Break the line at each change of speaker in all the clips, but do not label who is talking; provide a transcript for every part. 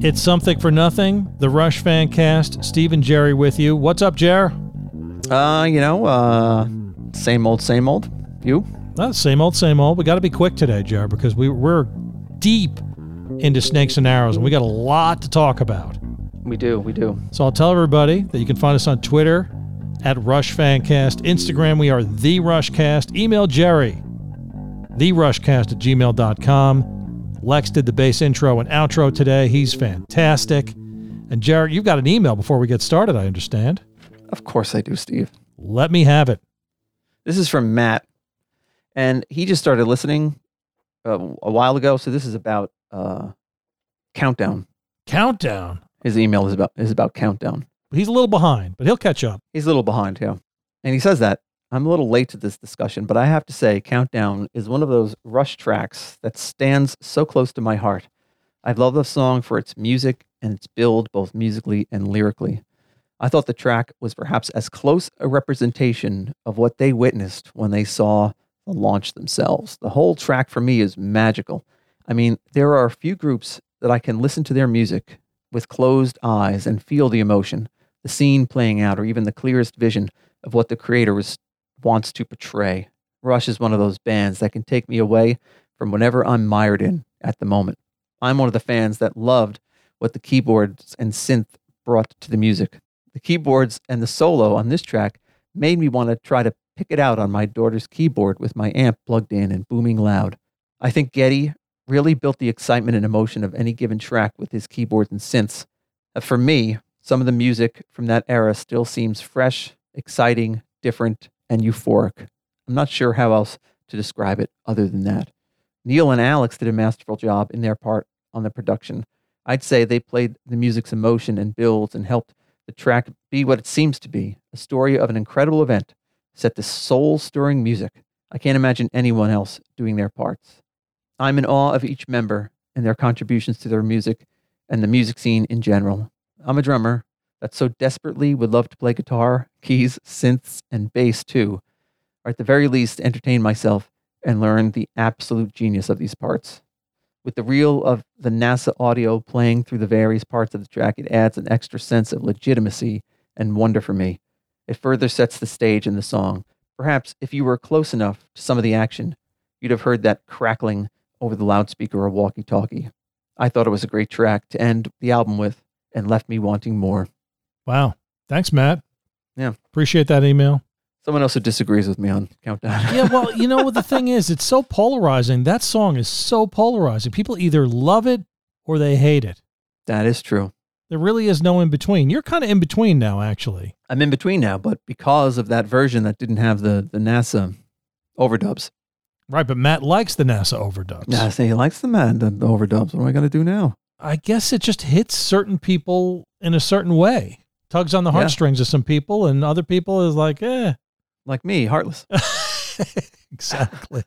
It's Something for Nothing, the Rush fan cast. Steve and Jerry with you. What's up, Jer?
Uh, you know, uh, same old, same old. You?
Uh, same old, same old. We got to be quick today, Jer, because we, we're deep into snakes and arrows, and we got a lot to talk about.
We do, we do.
So I'll tell everybody that you can find us on Twitter at Rush Fancast. Instagram, we are The Rushcast. Email Jerry, TheRushcast at gmail.com. Lex did the bass intro and outro today. He's fantastic. And Jerry, you've got an email before we get started, I understand.
Of course I do, Steve.
Let me have it.
This is from Matt, and he just started listening uh, a while ago. So this is about uh, countdown.
Countdown.
His email is about is about countdown.
He's a little behind, but he'll catch up.
He's a little behind, yeah. And he says that I'm a little late to this discussion, but I have to say, Countdown is one of those Rush tracks that stands so close to my heart. I've loved the song for its music and its build, both musically and lyrically. I thought the track was perhaps as close a representation of what they witnessed when they saw the launch themselves. The whole track for me is magical. I mean, there are a few groups that I can listen to their music with closed eyes and feel the emotion, the scene playing out, or even the clearest vision of what the creator was wants to portray. Rush is one of those bands that can take me away from whatever I'm mired in at the moment. I'm one of the fans that loved what the keyboards and synth brought to the music. The keyboards and the solo on this track made me want to try to pick it out on my daughter's keyboard with my amp plugged in and booming loud. I think Getty really built the excitement and emotion of any given track with his keyboards and synths. Uh, For me, some of the music from that era still seems fresh, exciting, different, and euphoric. I'm not sure how else to describe it other than that. Neil and Alex did a masterful job in their part on the production. I'd say they played the music's emotion and builds and helped the track be what it seems to be a story of an incredible event set to soul stirring music. I can't imagine anyone else doing their parts. I'm in awe of each member and their contributions to their music and the music scene in general. I'm a drummer that so desperately would love to play guitar, keys, synths, and bass too, or at the very least, entertain myself and learn the absolute genius of these parts. With the reel of the NASA audio playing through the various parts of the track, it adds an extra sense of legitimacy and wonder for me. It further sets the stage in the song. Perhaps if you were close enough to some of the action, you'd have heard that crackling over the loudspeaker or walkie talkie. I thought it was a great track to end the album with and left me wanting more.
Wow. Thanks, Matt.
Yeah.
Appreciate that email.
Someone else who disagrees with me on Countdown.
yeah, well, you know what the thing is, it's so polarizing. That song is so polarizing. People either love it or they hate it.
that is true.
There really is no in between. You're kind of in between now, actually.
I'm in between now, but because of that version that didn't have the, the NASA overdubs.
Right, but Matt likes the NASA overdubs.
Yeah, I say he likes the man, the the overdubs. What am I going to do now?
I guess it just hits certain people in a certain way. Tugs on the
Yeah.
heartstrings of some people, and other people is like, eh.
Like me, heartless.
exactly.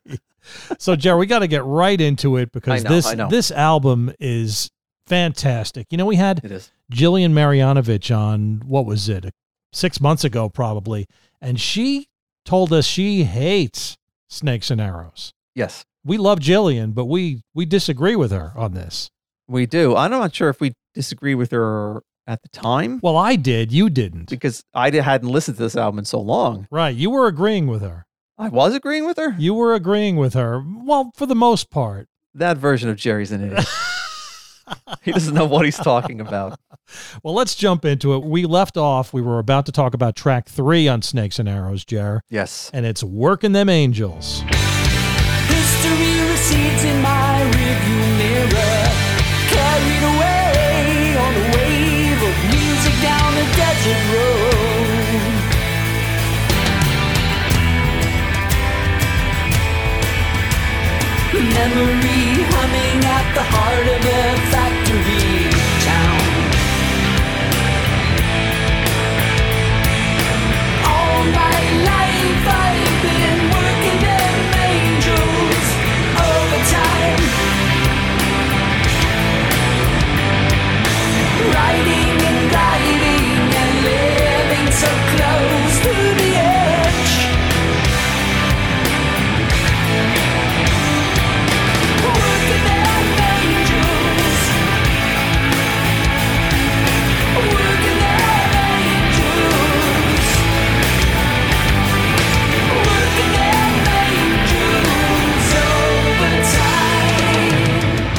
so, Jerry, we got to get right into it because
know,
this
I know.
this album is fantastic. You know, we had
It is.
Jillian Marianovich on what was it six months ago probably, and she told us she hates snakes and arrows.
Yes,
We love Jillian, but we we disagree with her on this.
we do. I'm not sure if we disagree with her at the time
Well, I did, you didn't.
because I di- hadn't listened to this album in so long.
Right, you were agreeing with her.
I was agreeing with her.
You were agreeing with her. Well, for the most part.
That version of Jerry's an idiot. he doesn't know what he's talking about.
Well, let's jump into it. We left off, we were about to talk about track 3 on Snakes and Arrows, Jer,
Yes.
and it's Working Them Angels.
History recedes in my rearview mirror. Carried away on a wave of music down a desert road. Memory humming at the heart of a factory town. All my life I've been working them angels overtime. Riding and gliding and living so close to the edge. Working them angels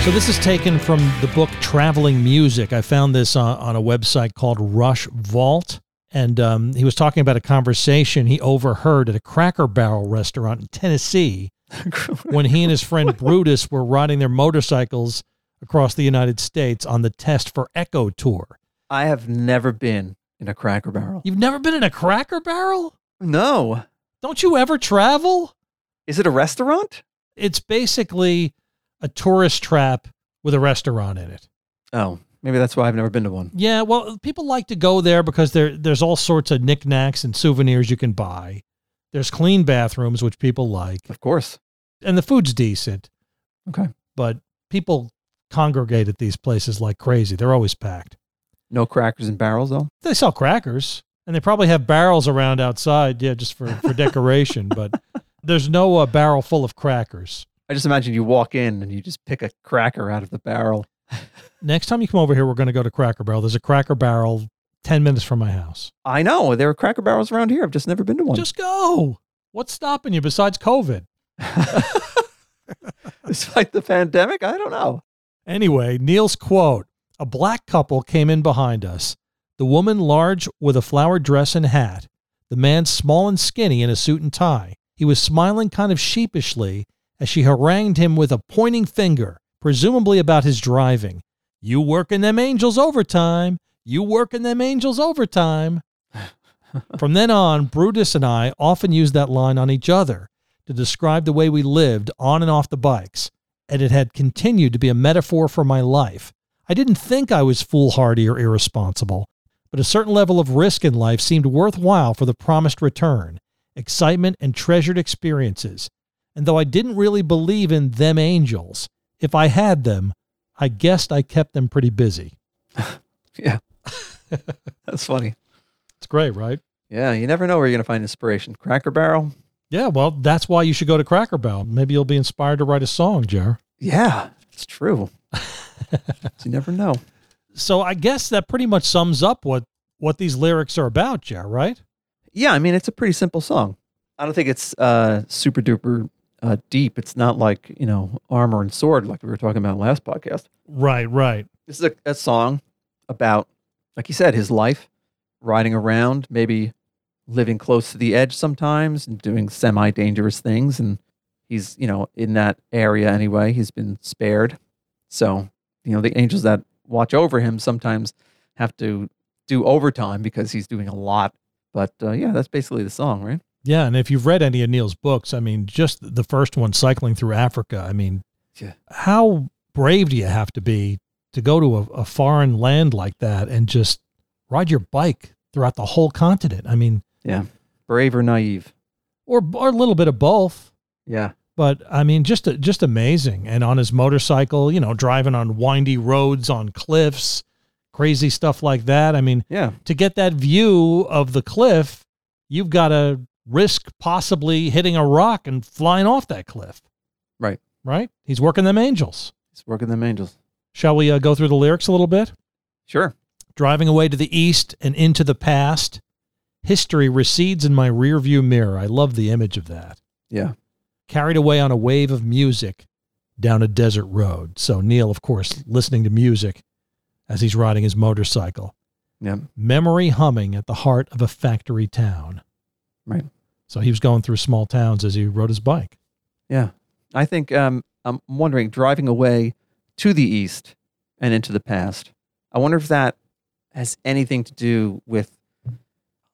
So this is taken from the book Traveling Music. I found this on, on a website called Rush Vault. And um, he was talking about a conversation he overheard at a Cracker Barrel restaurant in Tennessee when he and his friend Brutus were riding their motorcycles across the United States on the Test for Echo tour.
I have never been in a Cracker Barrel.
You've never been in a Cracker Barrel?
No.
Don't you ever travel?
Is it a restaurant?
It's basically a tourist trap with a restaurant in it.
Oh, maybe that's why I've never been to one.
Yeah, well, people like to go there because there there's all sorts of knickknacks and souvenirs you can buy. There's clean bathrooms, which people like,
Of course.
and the food's decent.
Okay.
But people congregate at these places like crazy. They're always packed.
No crackers and barrels, though.
They sell crackers, and they probably have barrels around outside, yeah, just for, for decoration. but there's no uh, barrel full of crackers.
I just imagine you walk in and you just pick a cracker out of the barrel.
Next time you come over here, we're going to go to Cracker Barrel. There's a Cracker Barrel 10 minutes from my house.
I know there are cracker barrels around here. I've just never been to one.
Just go. What's stopping you besides COVID?
Despite the pandemic, I don't know.
Anyway, Neil's quote A black couple came in behind us. The woman large with a flowered dress and hat, the man small and skinny in a suit and tie. He was smiling kind of sheepishly as she harangued him with a pointing finger, presumably about his driving. You working them angels overtime. You working them angels overtime. From then on, Brutus and I often used that line on each other to describe the way we lived on and off the bikes and it had continued to be a metaphor for my life. I didn't think I was foolhardy or irresponsible, but a certain level of risk in life seemed worthwhile for the promised return, excitement, and treasured experiences. And though I didn't really believe in them angels, if I had them, I guessed I kept them pretty busy.
That's funny.
It's great, right?
Yeah, you never know where you're going to find inspiration. Cracker barrel?
Yeah, well, that's why you should go to Cracker Barrel. Maybe you'll be inspired to write a song, Jer.
Yeah, it's true. you never know.
So I guess that pretty much sums up what what these lyrics are about, Jer, right?
Yeah, I mean, it's a pretty simple song. I don't think it's uh, super duper uh, deep. It's not like, you know, armor and sword like we were talking about last podcast.
Right, right.
This is a, a song about, like he said, his life, riding around, maybe living close to the edge sometimes and doing semi dangerous things. And he's, you know, in that area anyway. He's been spared. So, you know, the angels that watch over him sometimes have to do overtime because he's doing a lot. But uh, yeah, that's basically the song, right?
Yeah, and if you've read any of Neil's books, I mean, just the first one, Cycling Through Africa, I mean,
Yeah.
how brave do you have to be to go to a, a foreign land like that and just ride your bike throughout the whole continent? I mean,
Brave or naive.
or, or a little bit of both,
Yeah.
but I mean, just just amazing. And on his motorcycle, you know, driving on windy roads, on cliffs, crazy stuff like that. I mean,
Yeah.
to get that view of the cliff, you've got to risk possibly hitting a rock and flying off that cliff.
Right.
Right? He's working them angels.
He's working them angels.
Shall we uh, go through the lyrics a little bit?
Sure.
Driving away to the east and into the past, history recedes in my rearview mirror. I love the image of that.
Yeah.
Carried away on a wave of music down a desert road. So Neil, of course, listening to music as he's riding his motorcycle.
Yeah.
memory humming at the heart of a factory town.
Right.
So he was going through small towns as he rode his bike.
Yeah. I think um, I'm wondering, driving away to the east and into the past, I wonder if that has anything to do with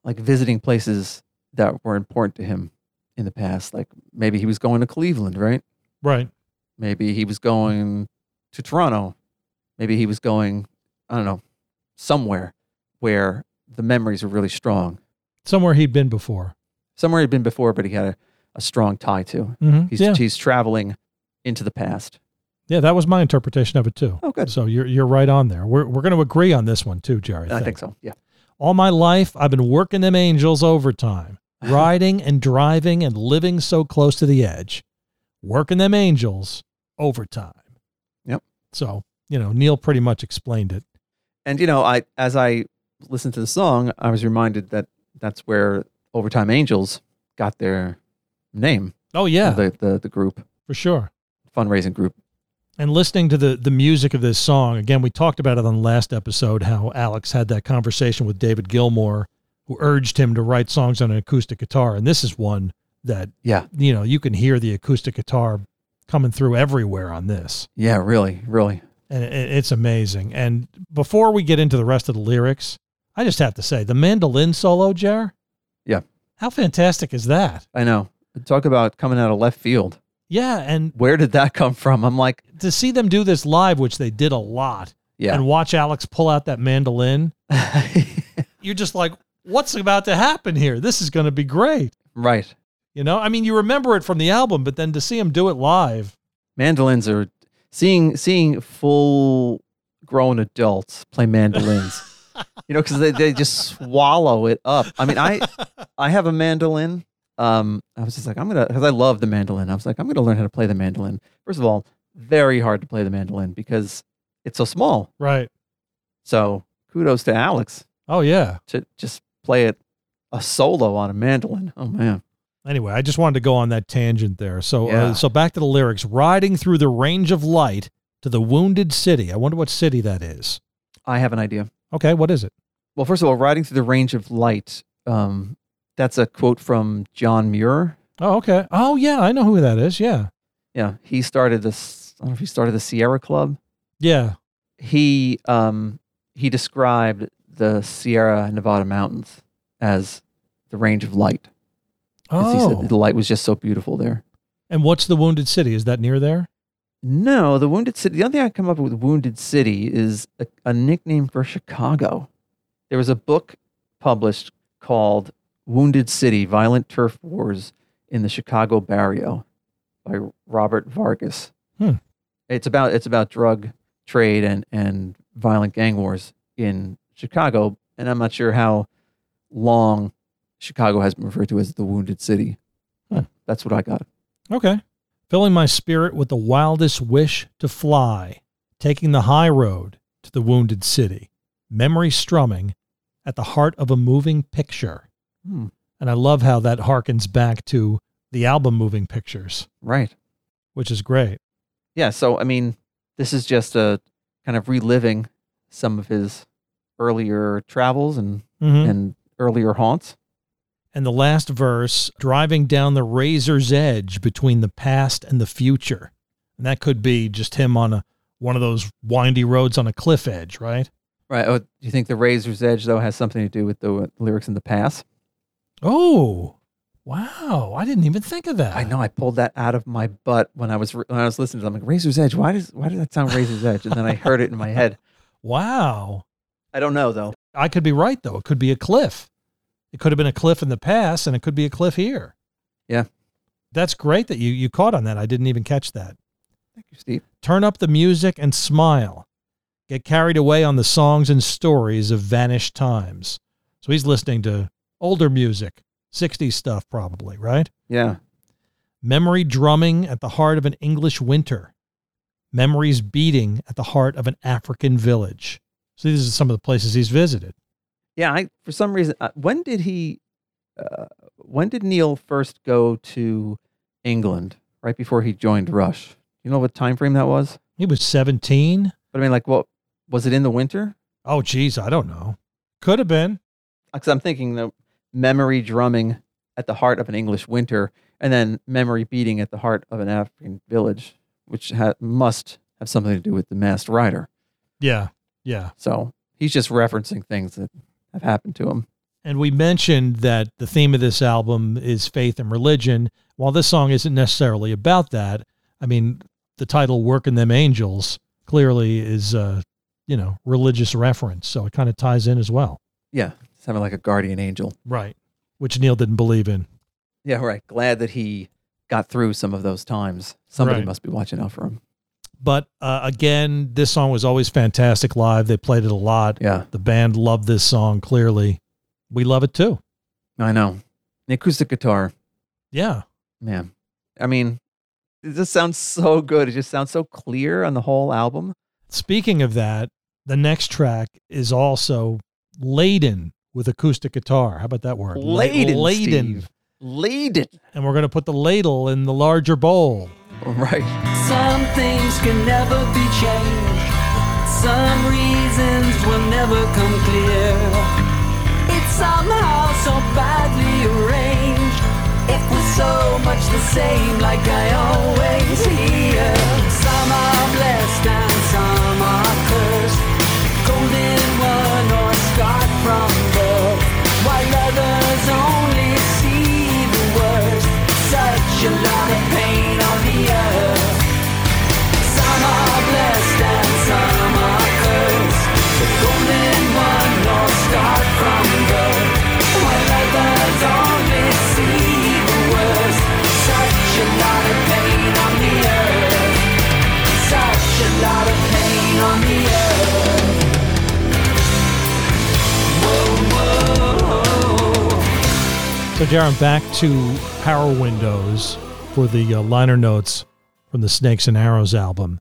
like visiting places that were important to him in the past. Like maybe he was going to Cleveland, right?
Right.
Maybe he was going to Toronto. Maybe he was going, I don't know, somewhere where the memories are really strong.
Somewhere he'd been before.
Somewhere he'd been before, but he had a, a strong tie to.
Mm-hmm.
He's,
yeah.
he's traveling into the past.
yeah, that was my interpretation of it too.
Oh, good.
So you're you're right on there. We're we're going to agree on this one too, Jerry.
I think so. Yeah.
All my life I've been working them angels overtime, riding and driving and living so close to the edge. Working them angels overtime.
Yep.
So, you know, Neil pretty much explained it.
And you know, I as I listened to the song, I was reminded that that's where Overtime Angels got their name.
Oh yeah,
The the, the group
for sure.
fundraising group.
and listening to the the music of this song again we talked about it on the last episode how alex had that conversation with david gilmour who urged him to write songs on an acoustic guitar and this is one that
Yeah.
you know you can hear the acoustic guitar coming through everywhere on this
Yeah, really, really.
and it, it's amazing and before we get into the rest of the lyrics i just have to say the mandolin solo jar
Yeah.
how fantastic is that
I know. Talk about coming out of left field.
yeah and
Where did that come from? I'm like,
to see them do this live which they did a lot
yeah.
and watch alex pull out that mandolin you're just like, what's about to happen here? This is going to be great.
right.
You know, I mean, you remember it from the album, but then to see him do it live,
Mandolins are seeing seeing full grown adults play mandolins. you know, because they, they just swallow it up. I mean, I I have a mandolin. Um, I was just like, I'm gonna because I love the mandolin. I was like, I'm gonna learn how to play the mandolin. First of all, very hard to play the mandolin because it's so small.
right?
So kudos to Alex
Oh yeah.
to just play it a solo on a mandolin. Oh man.
Anyway, I just wanted to go on that tangent there. So, uh,
Yeah.
so back to the lyrics: riding through the range of light to the wounded city. I wonder what city that is.
I have an idea.
Okay, what is it?
Well, first of all, riding through the range of light. Um, that's a quote from John Muir.
Oh, okay. Oh yeah, I know who that is. Yeah,
Yeah, he started this. I don't know if he started the Sierra Club.
yeah.
He um, he described the Sierra Nevada mountains as the range of light. 'Cause he said
Oh,
the light was just so beautiful there.
and what's the wounded city? Is that near there?
No, the Wounded City. The only thing I come up with Wounded City is a, a nickname for Chicago. There was a book published called Wounded City Violent Turf Wars in the Chicago Barrio by Robert Vargas.
Hmm.
It's about it's about drug trade and, and violent gang wars in Chicago, and I'm not sure how long Chicago has been referred to as the Wounded City.
Hmm.
That's what I got.
Okay. Filling my spirit with the wildest wish to fly, taking the high road to the wounded city, memory strumming at the heart of a moving picture.
Hmm.
And I love how that harkens back to the album Moving Pictures,
Right.
which is great.
yeah, so I mean, this is just a kind of reliving some of his earlier travels and
Mhm.
and earlier haunts.
And the last verse, driving down the razor's edge between the past and the future. And that could be just him on a one of those windy roads on a cliff edge, right?
Right. Oh, do you think the razor's edge though has something to do with the uh, lyrics in the past?
Oh, wow. I didn't even think of that.
I know I pulled that out of my butt when I was re- when I was listening to. It. I'm like razor's edge. Why does why does that sound razor's edge? And then I heard it in my head.
Wow.
I don't know though.
I could be right, though. It could be a cliff. It could have been a cliff in the past, and it could be a cliff here.
Yeah.
That's great that you, you caught on that. I didn't even catch that.
Thank you, Steve.
Turn up the music and smile. Get carried away on the songs and stories of vanished times. So he's listening to older music, 60s stuff, probably, right?
Yeah.
Memory drumming at the heart of an English winter. Memories beating at the heart of an African village. So these are some of the places he's visited.
Yeah, I for some reason uh, when did he uh, when did Neil first go to England right before he joined Rush? You know what time frame that was?
He was 17.
But I mean like what was it in the winter?
Oh, geez, I don't know. Could have been.
Cuz I'm thinking the memory drumming at the heart of an English winter and then memory beating at the heart of an African village which ha- must have something to do with the masked rider.
Yeah, yeah.
So, he's just referencing things that have happened to him.
And we mentioned that the theme of this album is faith and religion. While this song isn't necessarily about that, I mean, the title "Working Them Angels" clearly is a, you know, religious reference, so it kind of ties in as well.
Yeah, sounding like a guardian angel.
Right. Which Neil didn't believe in.
Yeah, right. Glad that he got through some of those times. Somebody
Right.
must be watching out for him.
But uh, again, this song was always fantastic live. They played it a lot.
Yeah,
The band loved this song. Clearly, we love it too.
I know. The acoustic guitar,
Yeah.
man. I mean, it just sounds so good. It just sounds so clear on the whole album.
Speaking of that, the next track is also laden with acoustic guitar. How about that word? La-
Laden,
Laden.
Steve. Laden.
And we're going to put the ladle in the larger bowl.
Right.
Some things can never be changed. Some reasons will never come clear. It's somehow so badly arranged. It was so much the same, like I always hear. Some are blessed and some are cursed. Golden one or scarred from birth. While others only see the worst. Such a lot of pain on the earth. Some are blessed and some are cursed. The golden one or scarred from birth. While others only see the worst. Such a lot of pain on the earth. Such a lot of pain on the earth.
So, Jaron, back to Power Windows for the uh, liner notes from the Snakes and Arrows album.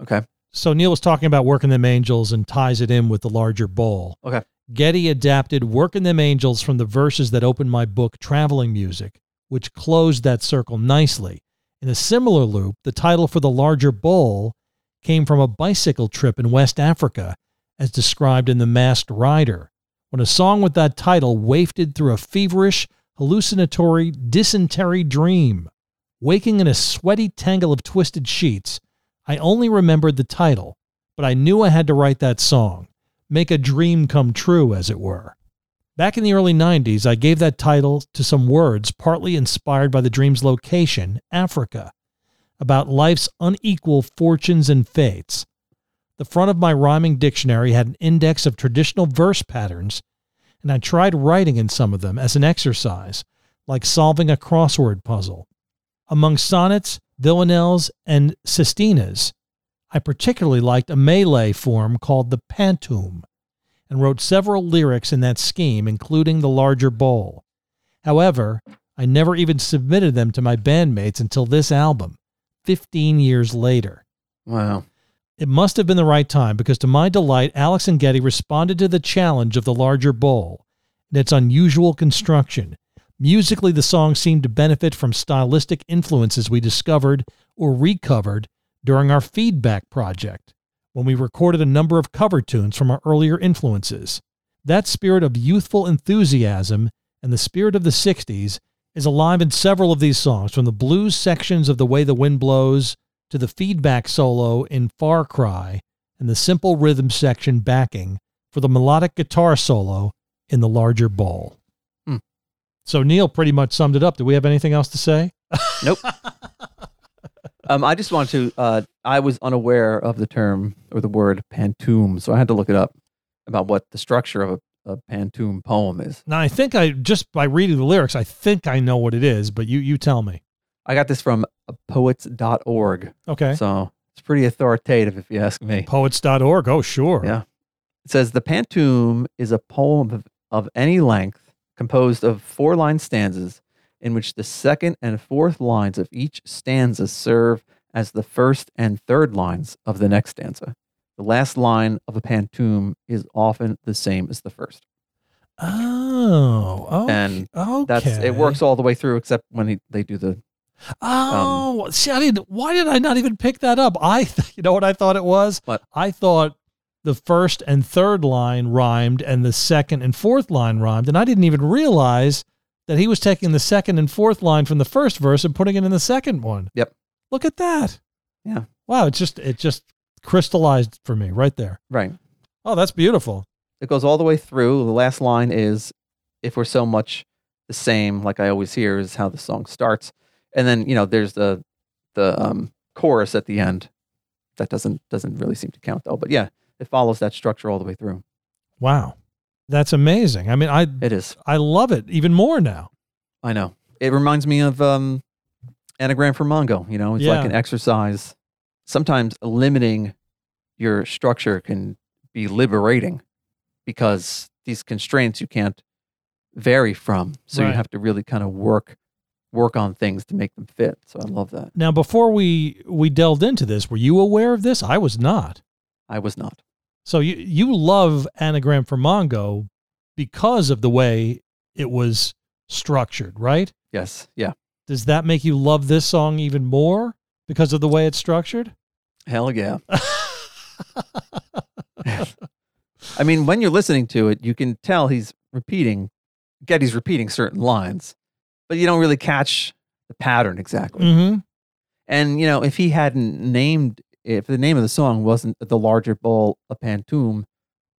Okay.
So, Neil was talking about Working Them Angels and ties it in with the larger bowl.
Okay.
Getty adapted Working Them Angels from the verses that opened my book, Traveling Music, which closed that circle nicely. In a similar loop, the title for the larger bowl came from a bicycle trip in West Africa, as described in The Masked Rider, when a song with that title wafted through a feverish, hallucinatory, dysentery dream. Waking in a sweaty tangle of twisted sheets, I only remembered the title, but I knew I had to write that song, make a dream come true, as it were. Back in the early 90s, I gave that title to some words partly inspired by the dream's location, Africa, about life's unequal fortunes and fates. The front of my rhyming dictionary had an index of traditional verse patterns, and I tried writing in some of them as an exercise, like solving a crossword puzzle. Among sonnets, villanelles, and sestinas, I particularly liked a Malay form called the pantoum and wrote several lyrics in that scheme, including the larger bowl. However, I never even submitted them to my bandmates until this album, 15 years later.
Wow.
It must have been the right time because, to my delight, Alex and Getty responded to the challenge of the larger bowl and its unusual construction. Musically, the song seemed to benefit from stylistic influences we discovered or recovered during our feedback project when we recorded a number of cover tunes from our earlier influences. That spirit of youthful enthusiasm and the spirit of the 60s is alive in several of these songs, from the blues sections of The Way the Wind Blows to the feedback solo in Far Cry and the simple rhythm section backing for the melodic guitar solo in the larger bowl.
Hmm.
So Neil pretty much summed it up. Do we have anything else to say?
Um, I just want to. Uh, I was unaware of the term or the word pantoum, so I had to look it up about what the structure of a, a pantoum poem is.
Now I think I just by reading the lyrics, I think I know what it is, but you you tell me.
I got this from poets.org,
Okay.
so it's pretty authoritative if you ask me.
Poets.org. Oh sure.
Yeah. It says the pantoum is a poem of, of any length composed of four line stanzas in which the second and fourth lines of each stanza serve as the first and third lines of the next stanza. The last line of a pantoum is often the same as the first.
Oh. Okay.
And
okay.
That's it works all the way through except when he, they do the Um,
Oh, see, I didn't. Why did I not even pick that up? I, th- you know, what I thought it was.
What?
I thought the first and third line rhymed, and the second and fourth line rhymed, and I didn't even realize that he was taking the second and fourth line from the first verse and putting it in the second one.
Yep.
Look at that.
Yeah.
Wow. It just it just crystallized for me right there.
right.
Oh, that's beautiful.
It goes all the way through. The last line is, "If we're so much the same," like I always hear, is how the song starts. And then you know, there's the the um, chorus at the end. That doesn't doesn't really seem to count though. But yeah, it follows that structure all the way through.
Wow. That's amazing. I mean, I
It is.
I love it even more now.
I know. It reminds me of um, anagram for Mongo. You know, it's
Yeah.
like an exercise. Sometimes limiting your structure can be liberating because these constraints you can't vary from. So
Right.
you have to really kind of work work on things to make them fit. So I love that.
Now, before we we delved into this, were you aware of this? I was not.
I was not.
So you you love anagram for Mongo because of the way it was structured, right?
Yes. Yeah.
Does that make you love this song even more? because of the way it's structured?
Hell yeah. I mean, when you're listening to it, you can tell he's repeating, Getty's repeating certain lines, but you don't really catch the pattern exactly.
Mm-hmm.
And, you know, if he hadn't named, if the name of the song wasn't The Larger Bowl of Pantoum,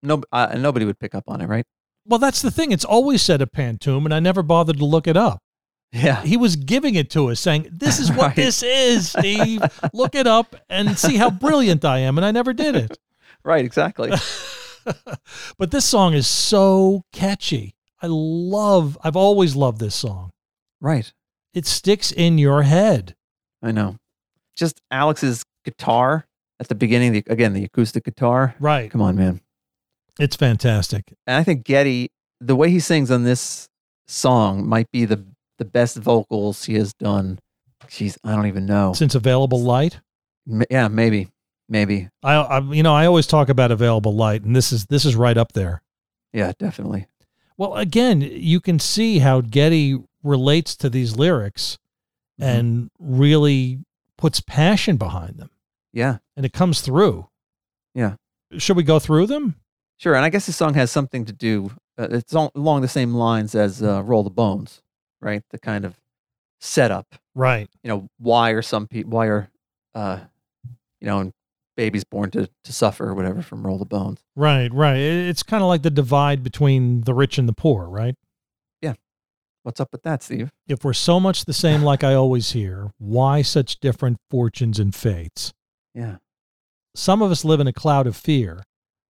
no, uh, nobody would pick up on it, right?
Well, that's the thing. It's always said a pantoum, and I never bothered to look it up.
Yeah.
He was giving it to us, saying, This is what
Right.
this is, Steve. look it up and see how brilliant I am. And I never did it.
Right, exactly.
but this song is so catchy. I love, I've always loved this song.
right.
It sticks in your head.
I know. Just Alex's guitar at the beginning, the, again, the acoustic guitar.
Right.
Come on, man.
It's fantastic.
and I think Getty, the way he sings on this song, might be the the best vocals he has done. Jeez, I don't even know.
Since Available Light,
M- yeah, maybe, maybe.
I, I, you know, I always talk about Available Light, and this is, this is right up there.
Yeah, definitely.
Well, again, you can see how Getty relates to these lyrics and really puts passion behind them.
Yeah,
And it comes through.
Yeah.
Should we go through them?
sure. And I guess this song has something to do. Uh, it's al- along the same lines as uh, "Roll the Bones," right? The kind of setup.
Right.
You know, why are some people? Why are, uh, you know, and babies born to to suffer or whatever from "Roll the Bones"?
Right, right. It- It's kind of like the divide between the rich and the poor, right?
What's up with that, Steve?
If we're so much the same, like I always hear, why such different fortunes and fates?
Yeah,
Some of us live in a cloud of fear,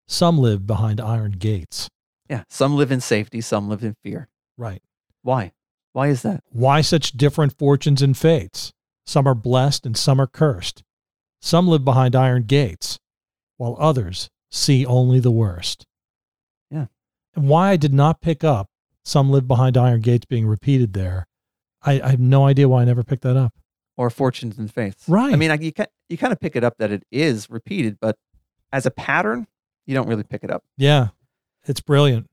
some live behind iron gates.
yeah. Some live in safety. Some live in fear.
Right.
Why? Why is that?
Why such different fortunes and fates? Some are blessed and some are cursed. Some live behind iron gates, while others see only the worst.
Yeah.
And why I did not pick up some live behind iron gates being repeated there, I, I have no idea why I never picked that up.
Or fortunes and faiths. I
Right.
mean, I, you ki- you kind of pick it up that it is repeated, but as a pattern, you don't really pick it up.
Yeah. It's brilliant.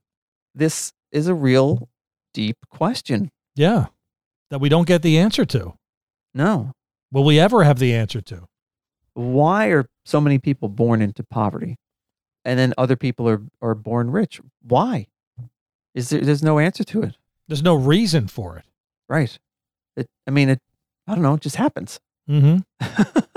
This is a real deep question.
Yeah. That we don't get the answer to.
No.
Will we ever have the answer to?
Why are so many people born into poverty, and then other people are are born rich? Why? Is there? There's no answer to it,
There's no reason for it.
right? It. I mean, it. I don't know. It just happens.
Mm-hmm.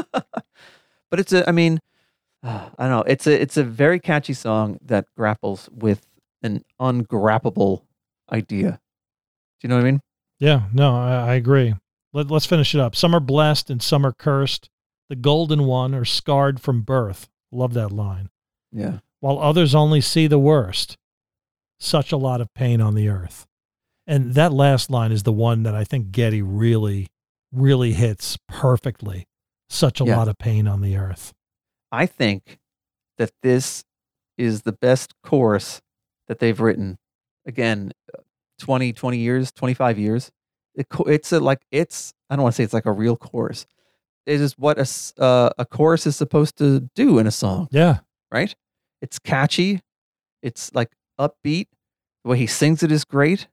but it's a i mean uh, i don't know it's a it's a very catchy song that grapples with an ungrappable idea do you know what i mean
Yeah, no, I, I agree. Let, let's finish it up. Some are blessed and some are cursed. The golden one are scarred from birth. Love that line.
yeah
While others only see the worst. Such a lot of pain on the earth. And that last line is the one that I think Getty really, really hits perfectly. Such a
Yeah.
lot of pain on the earth.
i think that this is the best chorus that they've written again 20 20 years 25 years it, co- it's a, like it's i don't want to say it's like a real chorus it is what a, s- uh, a chorus is supposed to do in a song
Yeah,
right? It's catchy. It's like upbeat. The way he sings it is great.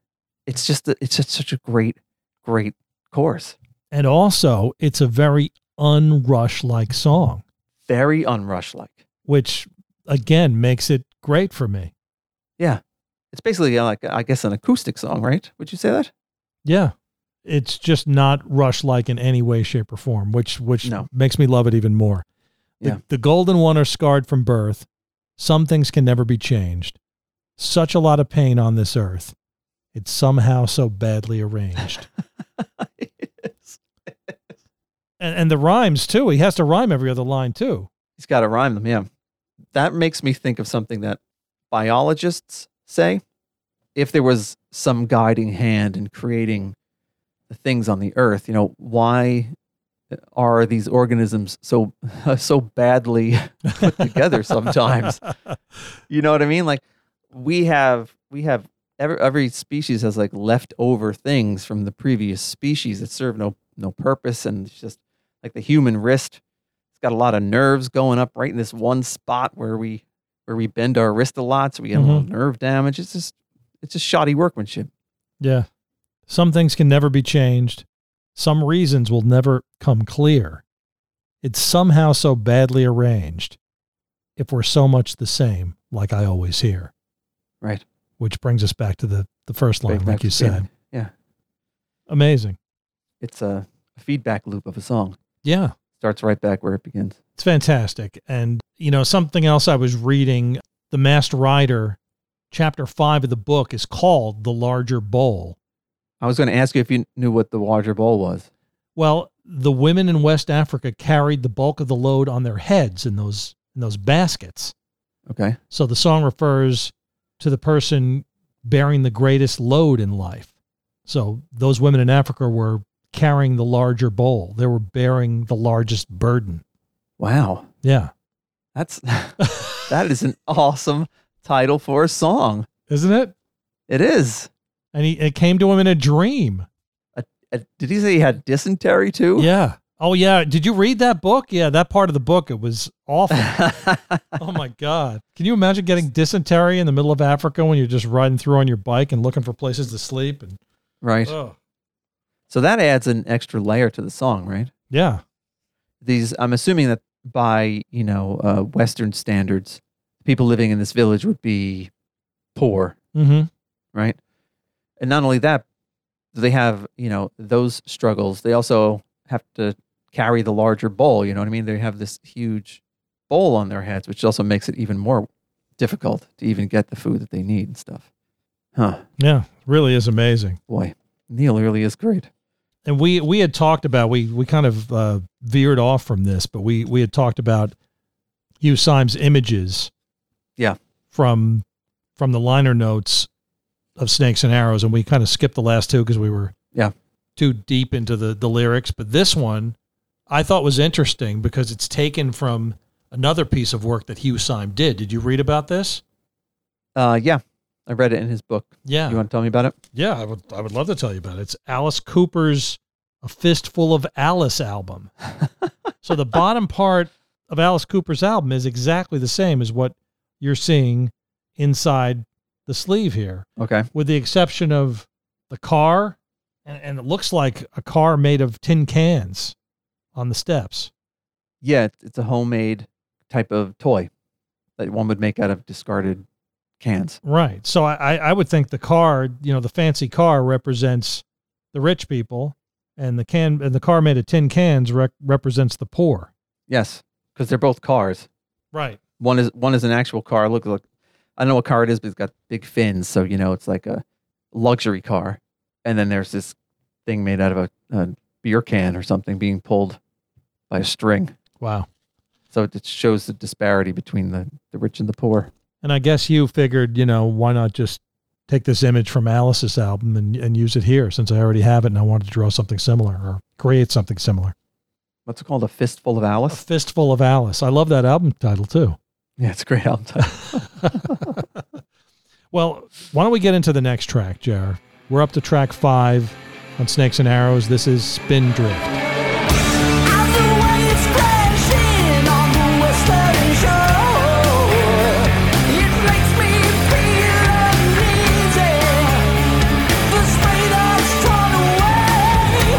It's just a, it's just such a great, great chorus.
and also it's a very unrush-like song,
Very unrush like.
which again makes it great for me.
It's basically uh, like I guess an acoustic song, right? Would you say that?
Yeah. It's just not rush like in any way, shape, or form, which which
No.
makes me love it even more. The,
Yeah.
the golden one are scarred from birth. Some things can never be changed. Such a lot of pain on this earth. It's somehow so badly arranged. and, and the rhymes too. He has to rhyme every other line too.
He's got to rhyme them. Yeah, that makes me think of something that biologists say. If there was some guiding hand in creating the things on the earth, you know, why are these organisms so so badly put together sometimes. You know what I mean? Like we have we have every every species has like leftover things from the previous species that serve no no purpose and it's just like the human wrist. It's got a lot of nerves going up right in this one spot where we where we bend our wrist a lot, so we get a
Mm-hmm.
little nerve damage. It's just it's just shoddy workmanship.
Yeah. Some things can never be changed. Some reasons will never come clear. It's somehow so badly arranged if we're so much the same, like I always hear.
Right.
Which brings us back to the, the first line,
Right,
like you
that's-
said.
yeah, yeah.
Amazing.
It's a feedback loop of a song.
Yeah.
Starts right back where it begins.
It's fantastic. And, you know, something else I was reading The Masked Rider, chapter five of the book is called The Larger Bowl.
I was going to ask you if you knew what the larger bowl was.
Well, the women in West Africa carried the bulk of the load on their heads in those in those baskets.
Okay.
So the song refers to the person bearing the greatest load in life. So those women in Africa were carrying the larger bowl. They were bearing the largest burden.
Wow.
Yeah.
That's that is an awesome title for a song.
Isn't it?
It is.
And he, it came to him in a dream.
Uh, Did he say he had dysentery too?
Yeah. Oh yeah. Did you read that book? Yeah, that part of the book it was awful. oh my god. Can you imagine getting dysentery in the middle of Africa when you're just riding through on your bike and looking for places to sleep and
right.
oh.
So that adds an extra layer to the song, right?
Yeah.
These, I'm assuming that by you know uh, Western standards, people living in this village would be poor,
Mhm.
right? And not only that, they have you know those struggles. They also have to carry the larger bowl. You know what I mean? They have this huge bowl on their heads, which also makes it even more difficult to even get the food that they need and stuff. Huh?
Yeah. Really is amazing.
Boy, Neil really is great.
and we we had talked about we we kind of uh, veered off from this, but we we had talked about Hugh Symes' images,
Yeah.
from from the liner notes of Snakes and Arrows, and we kind of skipped the last two because we were
Yeah.
too deep into the the lyrics. But this one I thought was interesting because it's taken from another piece of work that Hugh Syme did. Did you read about this?
Uh, yeah, I read it in his book.
Yeah,
You want to tell me about it?
yeah. I would I would love to tell you about it. It's Alice Cooper's A Fistful of Alice album. So the bottom part of Alice Cooper's album is exactly the same as what you're seeing inside the sleeve here,
okay.
with the exception of the car, and, and it looks like a car made of tin cans on the steps.
Yeah, it's- it's a homemade type of toy that one would make out of discarded cans.
Right. So I, I- I would think the car, you know, the fancy car represents the rich people, and the can and the car made of tin cans rec- represents the poor.
Yes, because they're both cars.
Right.
One is one is an actual car. Look, look. I don't know what car it is, but it's got big fins, so you know it's like a luxury car. And then there's this thing made out of a, a beer can or something being pulled by a string.
Wow.
So it just shows the disparity between the, the rich and the poor.
And I guess you figured, you know, why not just take this image from Alice's album and, and use it here since I already have it and I wanted to draw something similar or create something similar.
What's it called? A fistful of
A
Alice.
Fistful of Alice. I love that album title too.
Yeah, it's a great album. title.
well, why don't we get into the next track, Jar? We're up to track five on Snakes and Arrows. This is Spin Drift.
As the waves crash in on the western shore, it makes me feel uneasy. The spray that's torn away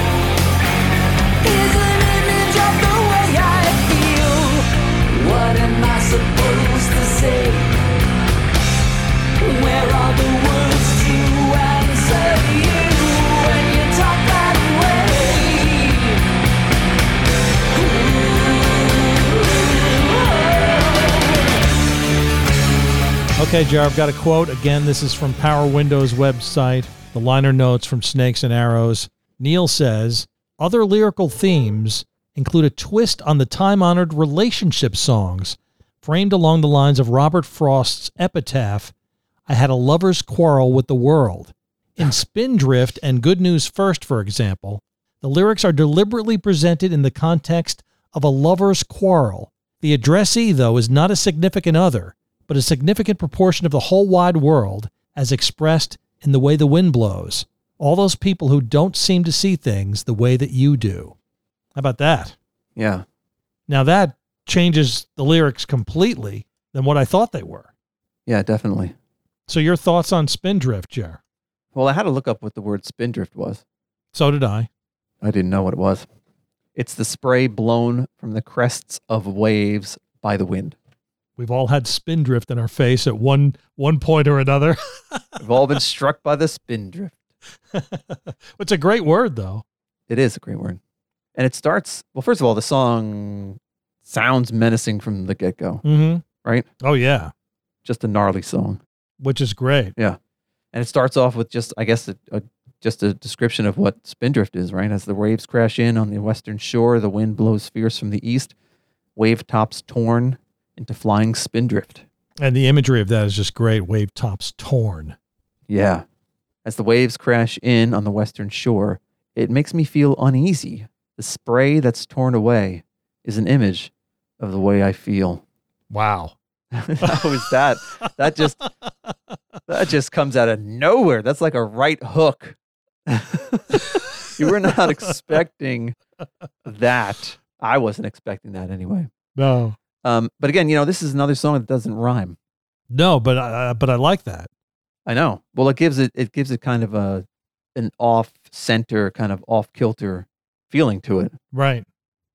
is an image of the way I feel. What am I supposed to say? Where are the words to answer you when you talk that way?
Okay, Jar, I've got a quote. Again, this is from Power Windows website, the liner notes from Snakes and Arrows. Neil says, other lyrical themes include a twist on the time honored relationship songs, framed along the lines of Robert Frost's epitaph, I had a lover's quarrel with the world. In Spindrift and Good News First, for example, the lyrics are deliberately presented in the context of a lover's quarrel. The addressee, though, is not a significant other, but a significant proportion of the whole wide world as expressed in the way the wind blows. All those people who don't seem to see things the way that you do. How about that?
yeah,
Now that changes the lyrics completely than what I thought they were.
yeah, definitely.
So your thoughts on Spindrift, Jer?
Well, I had to look up what the word spindrift was.
So did I.
I didn't know what it was. It's the spray blown from the crests of waves by the wind.
We've all had spindrift in our face at one one point or another.
We've all been struck by the spindrift.
it's a great word though.
It is a great word. And it starts, well, first of all, the song sounds menacing from the get go,
Mm-hmm.
Right?
Oh yeah,
just a gnarly song.
which is great.
And it starts off with just, I guess, a, a, just a description of what spindrift is, right? As the waves crash in on the western shore, the wind blows fierce from the east, wave tops torn into flying spindrift.
And the imagery of that is just great. Wave tops torn.
Yeah. As the waves crash in on the western shore, it makes me feel uneasy. The spray that's torn away is an image of the way I feel.
Wow.
How is that? That just that just comes out of nowhere. That's like a right hook. you were not expecting that. I wasn't expecting that anyway.
No.
Um, but again, you know, this is another song that doesn't rhyme.
No, but I, I- but I like that.
I know. Well, it gives it it gives it kind of a an off center, kind of off kilter feeling to it,
Right.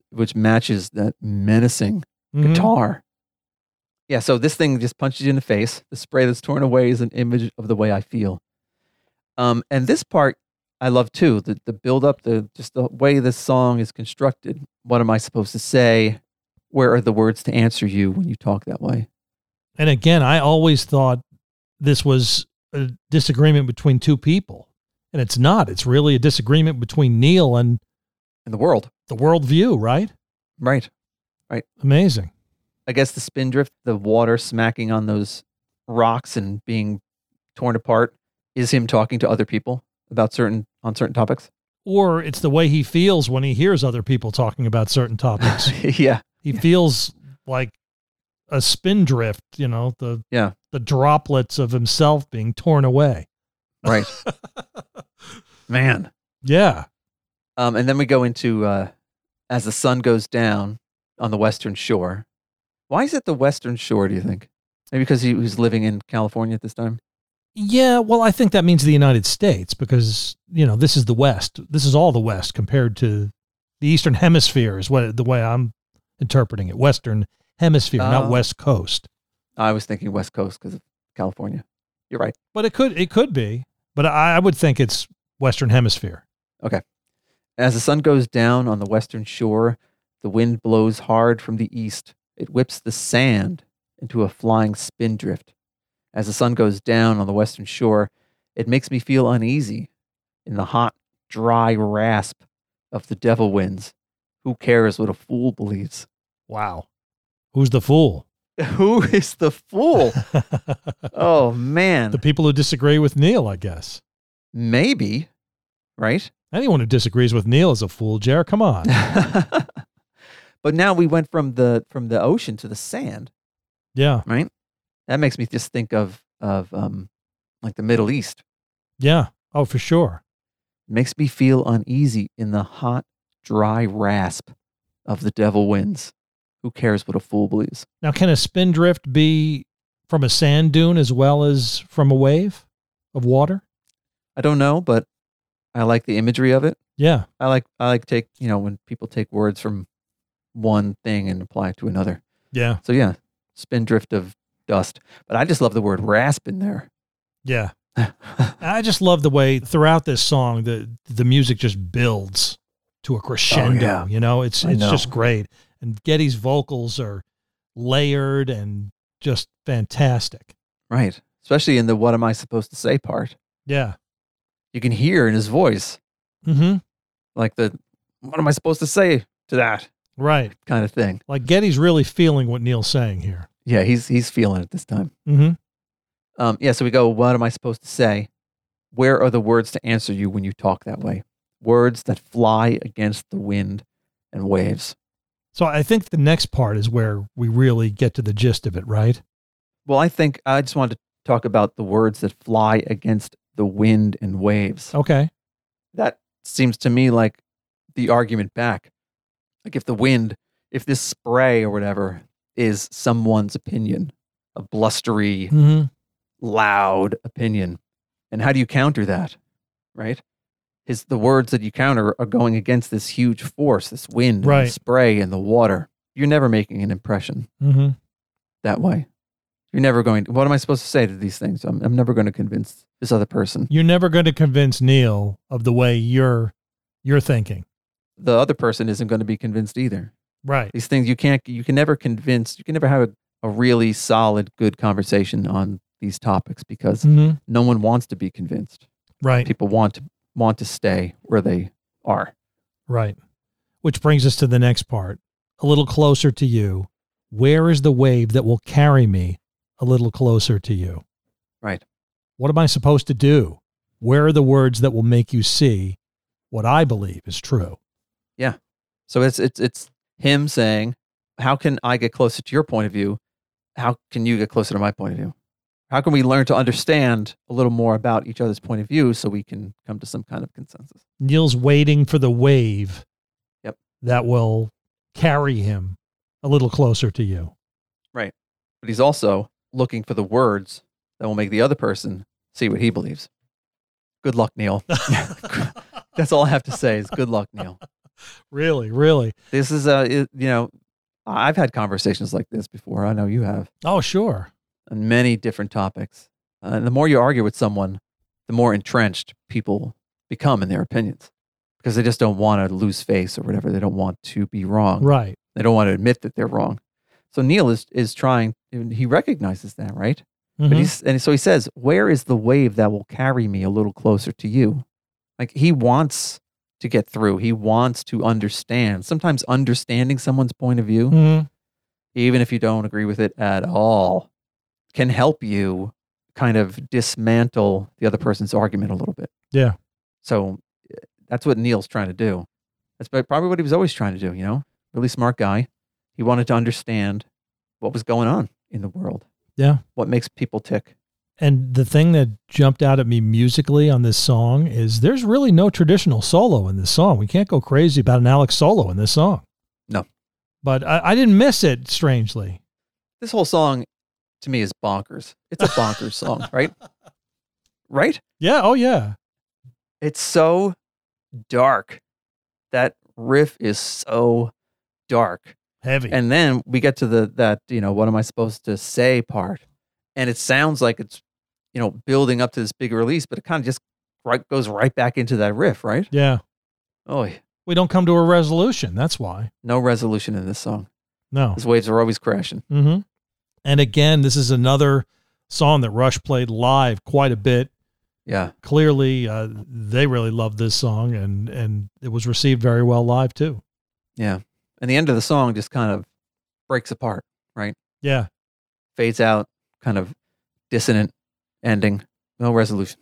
which matches that menacing
Mhm.
guitar. Yeah. So this thing just punches you in the face. The spray that's torn away is an image of the way I feel. Um, and this part I love too. The the build up, the just the way this song is constructed. What am I supposed to say? Where are the words to answer you when you talk that way?
And again, I always thought this was a disagreement between two people, and it's not. It's really a disagreement between Neil and
In the world,
the worldview. Right.
right?
Amazing.
I guess the spindrift, the water smacking on those rocks and being torn apart is him talking to other people about certain on certain topics.
Or it's the way he feels when he hears other people talking about certain topics.
yeah.
he feels like a spindrift, you know, the
Yeah.
the droplets of himself being torn away.
Right. Man.
Yeah.
Um, and then we go into uh, as the sun goes down on the western shore. Why is it the western shore, do you think? Maybe because he was living in California at this time?
Yeah, well, I think that means the United States because, you know, this is the West. This is all the West compared to the Eastern Hemisphere is what the way I'm interpreting it. Western Hemisphere,
Oh.
not West Coast.
I was thinking West Coast because of California. You're right.
But it could it could be, but I, I would think it's Western Hemisphere.
As the sun goes down on the western shore, the wind blows hard from the east. It whips the sand into a flying spindrift. As the sun goes down on the western shore, it makes me feel uneasy in the hot, dry rasp of the devil winds. Who cares what a fool believes?
Wow. Who's the fool?
Who is the fool? oh, man.
the people who disagree with Neil, I guess.
Maybe, right?
Anyone who disagrees with Neil is a fool, Jer. Come on.
but now we went from the from the ocean to the sand.
Yeah.
that makes me just think of of um like the Middle East.
Yeah. Oh, for sure.
makes me feel uneasy in the hot, dry rasp of the devil winds. Who cares what a fool believes?
Now, can a spindrift be from a sand dune as well as from a wave of water?
I don't know, but I like the imagery of it.
Yeah.
I like I like take you know when people take words from one thing and apply it to another.
Yeah.
So yeah, spindrift of dust. But I just love the word rasp in there.
Yeah. I just love the way throughout this song the the music just builds to a crescendo.
Oh, yeah.
You know, it's
I
it's
know.
just great. And Getty's vocals are layered and just fantastic.
right, especially in the "What am I supposed to say?" part.
Yeah.
You can hear in his voice
Mm-hmm.
like the what am I supposed to say to that
Right.
kind of thing.
Like Getty's really feeling what Neil's saying here.
Yeah, he's he's feeling it this time.
Mm-hmm.
Um, yeah, so we go. What am I supposed to say? Where are the words to answer you when you talk that way? Words that fly against the wind and waves.
So I think the next part is where we really get to the gist of it, right?
Well, I think I just wanted to talk about the words that fly against the wind and waves.
Okay.
That seems to me like the argument back. Like if the wind, if this spray or whatever is someone's opinion, a blustery,
Mm-hmm.
loud opinion. And how do you counter that? Right? his the words that you counter are going against this huge force, this wind, and the
Right.
spray, and the water. You're never making an impression
Mm-hmm.
that way. You're never going. To, what am I supposed to say to these things? I'm, I'm never going to convince this other person.
You're never going to convince Neil of the way you're you're thinking.
The other person isn't going to be convinced either.
Right.
These things you can't. You can never convince. You can never have a, a really solid, good conversation on these topics because
Mm-hmm.
no one wants to be convinced.
Right.
People want to want to stay where they are.
Right. Which brings us to the next part. A little closer to you. Where is the wave that will carry me a little closer to you?
Right.
What am I supposed to do? Where are the words that will make you see what I believe is true?
So it's it's it's him saying, "How can I get closer to your point of view? How can you get closer to my point of view? How can we learn to understand a little more about each other's point of view so we can come to some kind of consensus?"
Neil's waiting for the wave
Yep.
that will carry him a little closer to you.
But he's also looking for the words that will make the other person see what he believes. Good luck, Neil. That's all I have to say is good luck, Neil.
really, really.
This is a it- you know, I've had conversations like this before. I know you have.
Oh, sure.
on many different topics. Uh, and the more you argue with someone, the more entrenched people become in their opinions because they just don't want to lose face or whatever. They don't want to be wrong.
Right.
They don't want to admit that they're wrong. So Neil is is trying. and He recognizes that, right? But
Mhm.
he's and so he says, "Where is the wave that will carry me a little closer to you?" Like he wants to get through. He wants to understand. Sometimes understanding someone's point of view
Mhm.
even if you don't agree with it at all, can help you kind of dismantle the other person's argument a little bit.
Yeah.
So eh, that's what Neil's trying to do. That's prob- probably what he was always trying to do, you know? Really smart guy. He wanted to understand what was going on in the world.
Yeah.
What makes people tick.
And the thing that jumped out at me musically on this song is there's really no traditional solo in this song. We can't go crazy about an Alex solo in this song.
No.
But I, I didn't miss it, strangely.
This whole song to me is bonkers. It's a bonkers song, right? Right?
Yeah. Oh, yeah.
It's so dark. That riff is so dark.
Heavy.
And then we get to the that you know what am I supposed to say part, and it sounds like it's you know building up to this big release, but it kind of just right goes right back into that riff, right?
yeah.
Oh,
We don't come to a resolution. That's why.
no resolution in this song.
No.
These waves are always crashing.
Mm-hmm. And again, this is another song that Rush played live quite a bit.
Yeah,
Clearly, uh, they really loved this song and, and it was received very well live too.
yeah. And the end of the song just kind of breaks apart,
Yeah.
fades out, kind of dissonant ending. No resolution.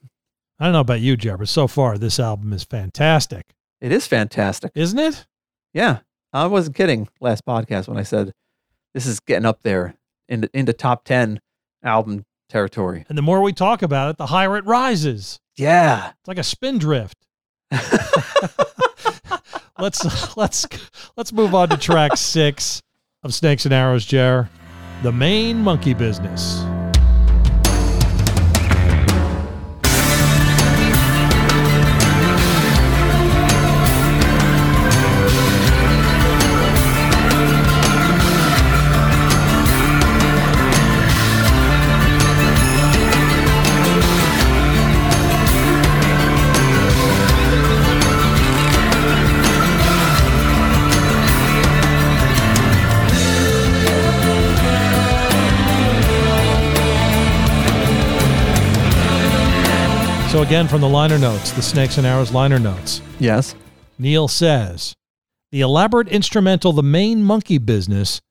I don't know about you, Jer, but so far this album is fantastic,
It is fantastic.
isn't it?
Yeah, I wasn't kidding last podcast when I said this is getting up there in the, into top ten album territory.
And the more we talk about it, the higher it rises.
Yeah.
It's like a spin drift. let's let's let's move on to track six of Snakes and Arrows, Jer. The main monkey business. So again, from the liner notes, the Snakes and Arrows liner notes.
Yes.
Neil says, The elaborate instrumental The Main Monkey Business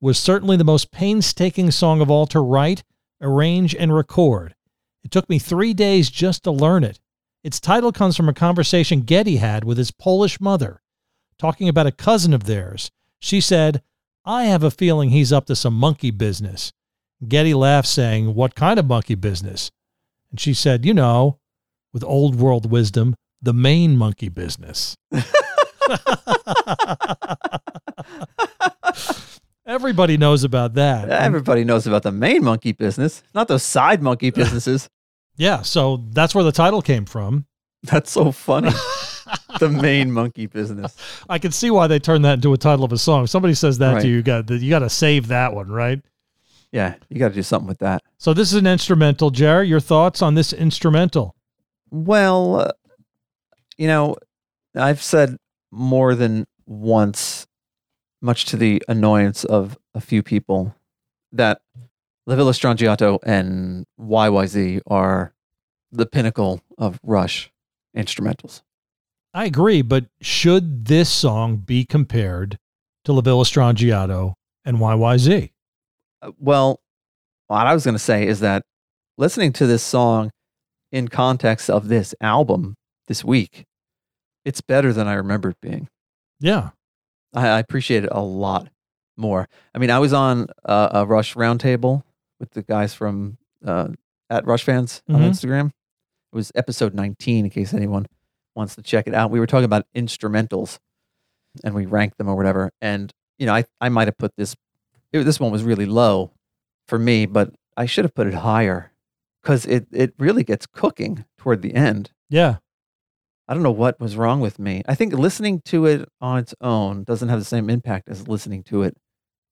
was certainly the most painstaking song of all to write, arrange, and record. It took me three days just to learn it. Its title comes from a conversation Getty had with his Polish mother, talking about a cousin of theirs. She said, I have a feeling he's up to some monkey business. Getty laughed, saying, What kind of monkey business? And she said, You know, with old world wisdom, the main monkey business. Everybody knows about that.
Everybody knows about the main monkey business, not those side monkey businesses.
Yeah, so that's where the title came from.
That's so funny. the main monkey business.
I can see why they turned that into a title of a song. If somebody says that
Right.
to you, you got you got to save that one, right?
Yeah, you got to do something with that.
So this is an instrumental, Jerry. Your thoughts on this instrumental?
Well, uh, you know, I've said more than once, much to the annoyance of a few people, that La Villa Strangiato and YYZ are the pinnacle of Rush instrumentals.
I agree, but should this song be compared to La Villa Strangiato and YYZ?
Uh, Well, what I was going to say is that listening to this song in context of this album this week, it's better than I remember it being.
Yeah,
I, I appreciate it a lot more. I mean, I was on uh, a Rush roundtable with the guys from uh, at Rush Fans on
Mhm.
Instagram. It was episode 19, in case anyone wants to check it out. We were talking about instrumentals, and we ranked them or whatever. And you know, I I might have put this it, this one was really low for me, but I should have put it higher because it it really gets cooking toward the end.
yeah.
I don't know what was wrong with me. I think listening to it on its own doesn't have the same impact as listening to it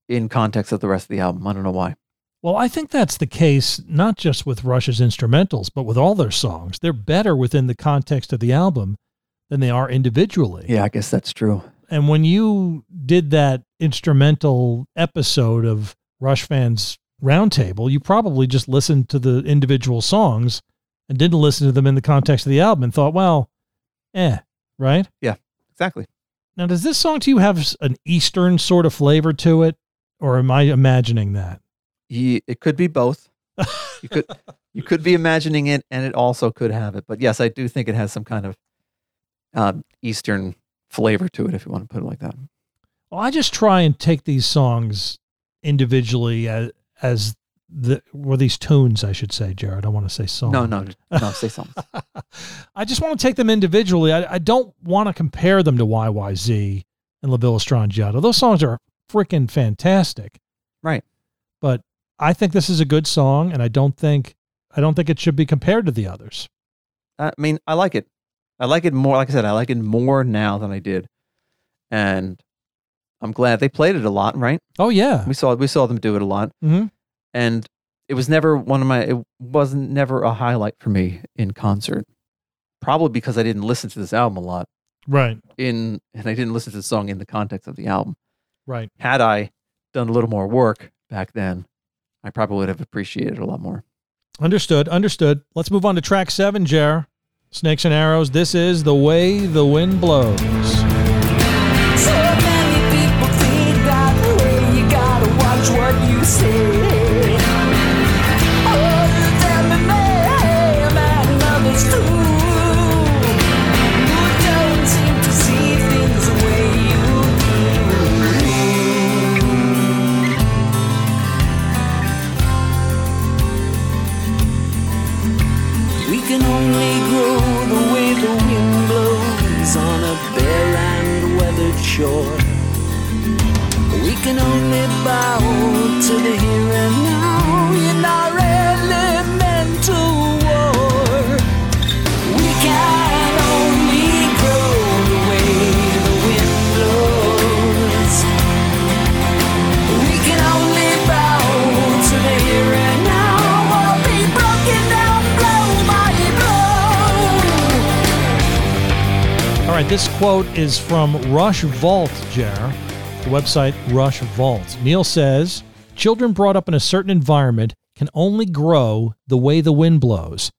in context of the rest of the album. I don't know why.
Well, I think that's the case not just with Rush's instrumentals, but with all their songs. They're better within the context of the album than they are individually.
Yeah, I guess that's true.
And when you did that instrumental episode of Rush Fans Roundtable, you probably just listened to the individual songs and didn't listen to them in the context of the album and thought, well, eh, right?
Exactly.
Now, does this song to you have s- an Eastern sort of flavor to it? Or am I imagining that?
Ye- it could be both. You could you could be imagining it, and it also could have it. But yes, I do think it has some kind of um, Eastern flavor to it, if you want to put it like that.
Well, I just try and take these songs individually as, as the, or these tunes, I should say, Jared. I want to say song.
No, no, no. Say something.
I just want to take them individually. I, I don't want to compare them to YYZ and La Villa Strangiato. Those songs are freaking fantastic.
Right.
But I think this is a good song and I don't think I don't think it should be compared to the others.
I mean, I like it. I like it more. Like I said, I like it more now than I did, and I'm glad they played it a lot. Right?
Oh yeah.
We saw we saw them do it a lot,
hmm
and it was never one of my. It wasn't never a highlight for me in concert. Probably because I didn't listen to this album a lot
Right.
in, and I didn't listen to the song in the context of the album.
Right.
Had I done a little more work back then, I probably would have appreciated it a lot more.
Understood. Understood. Let's move on to track seven, Jer. Snakes and Arrows. This is The Way the Wind Blows.
So many people think that way. You gotta watch what you say. Other than me, and others too, who don't seem to see things the way you do. We can only grow the way the wind blows on a bare and weathered shore. We can only bow to the here and now in our elemental war. We can only grow the way the wind blows. We can only bow to the here and now or be broken down blow by blow.
All right, this quote is from Rush Vault, Jer, the website Rush Vault. Neil says, Children brought up in a certain environment can only grow the way the wind blows.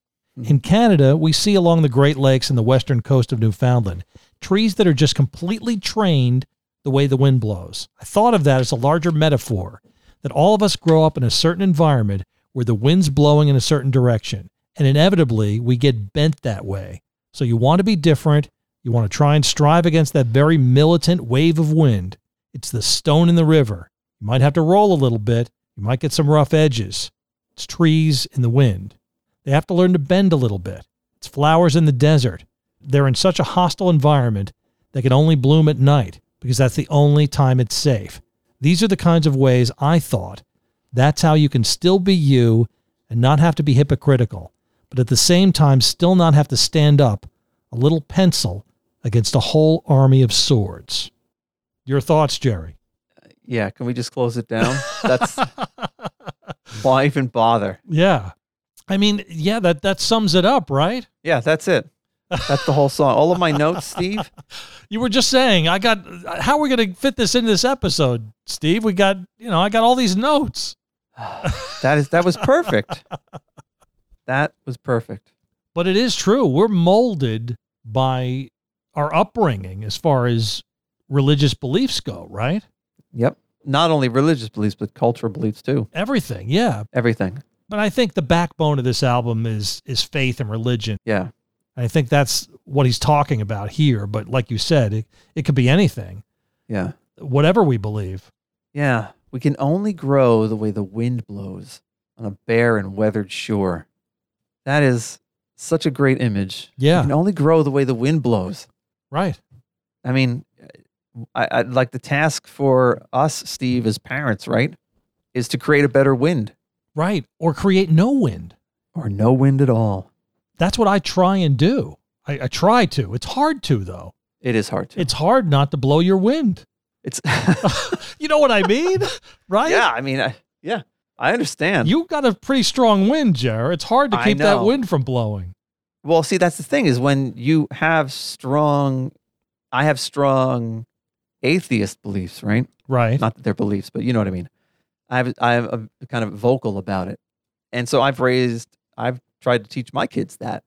In Canada, we see along the Great Lakes and the western coast of Newfoundland trees that are just completely trained the way the wind blows. I thought of that as a larger metaphor that all of us grow up in a certain environment where the wind's blowing in a certain direction, and inevitably we get bent that way. So you want to be different. You want to try and strive against that very militant wave of wind. It's the stone in the river. You might have to roll a little bit. You might get some rough edges. It's trees in the wind. They have to learn to bend a little bit. It's flowers in the desert. They're in such a hostile environment they can only bloom at night because that's the only time it's safe. These are the kinds of ways I thought that's how you can still be you and not have to be hypocritical, but at the same time, still not have to stand up a little pencil against a whole army of swords. Your thoughts, Jerry?
Yeah, can we just close it down? That's why even bother.
Yeah. I mean, yeah, that, that sums it up, right?
Yeah, that's it. That's the whole song. All of my notes, Steve.
You were just saying, I got, how are we going to fit this into this episode, Steve? We got, you know, I got all these notes.
That is that was perfect. That was perfect.
But it is true. We're molded by our upbringing as far as religious beliefs go, right?
Yep. Not only religious beliefs, but cultural beliefs too.
Everything. Yeah.
Everything.
But I think the backbone of this album is is faith and religion.
Yeah.
And I think that's what he's talking about here. But like you said, it, it could be anything,
Yeah.
whatever we believe.
Yeah. We can only grow the way the wind blows on a bare and weathered shore. That is such a great image. You
Yeah.
can only grow the way the wind blows.
Right.
I mean, I, I like the task for us, Steve, as parents, right? Is to create a better wind
Right. Or create no wind.
or no wind at all.
That's what I try and do. I, I try to. It's hard to, though.
It is hard to.
It's hard not to blow your wind.
It's,
You know what I mean? Right?
yeah. I mean, I, yeah, I understand.
You got a pretty strong wind, Jer. It's hard to
I
keep that
know.
wind from blowing.
Well, see, that's the thing is when you have strong, I have strong atheist beliefs, right?
Right.
Not that they're beliefs, but you know what I mean. I have, I have a kind of vocal about it, and so I've raised, I've tried to teach my kids that,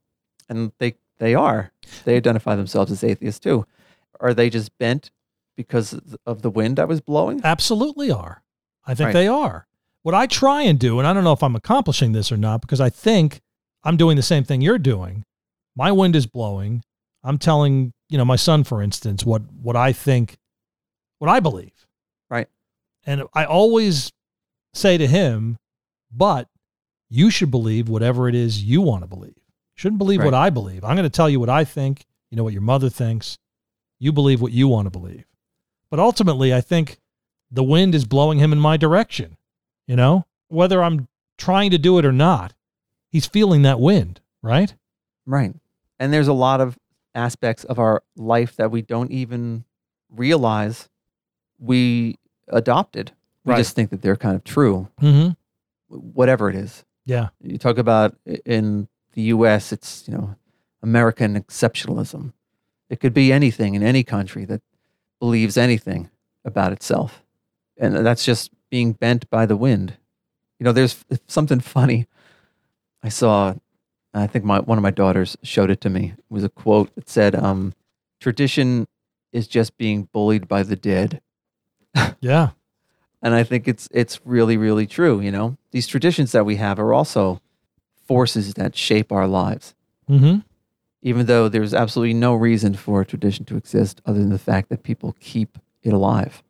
and they they are, they identify themselves as atheists too. Are they just bent because of the wind I was blowing?
Absolutely are. I think
Right.
they are. What I try and do, and I don't know if I'm accomplishing this or not, because I think I'm doing the same thing you're doing. My wind is blowing. I'm telling, you know, my son, for instance, what what I think, what I believe.
Right.
And I always say to him, but you should believe whatever it is you want to believe. Shouldn't believe what I believe. I'm going to tell you what I think. You know what your mother thinks. You believe what you want to believe. But ultimately, I think the wind is blowing him in my direction. You know, whether I'm trying to do it or not, he's feeling that wind, right?
Right. And there's a lot of aspects of our life that we don't even realize we adopted. We
Right.
just think that they're kind of true,
Mm-hmm.
whatever it is.
Yeah.
You talk about i- in the US, it's, you know, American exceptionalism. It could be anything in any country that believes anything about itself. And that's just being bent by the wind. You know, there's f- something funny. I saw, I think my, one of my daughters showed it to me. It was a quote that said, um, tradition is just being bullied by the dead
Yeah.
and I think it's it's really really true. You know, these traditions that we have are also forces that shape our lives,
Mm-hmm.
even though there's absolutely no reason for a tradition to exist other than the fact that people keep it alive.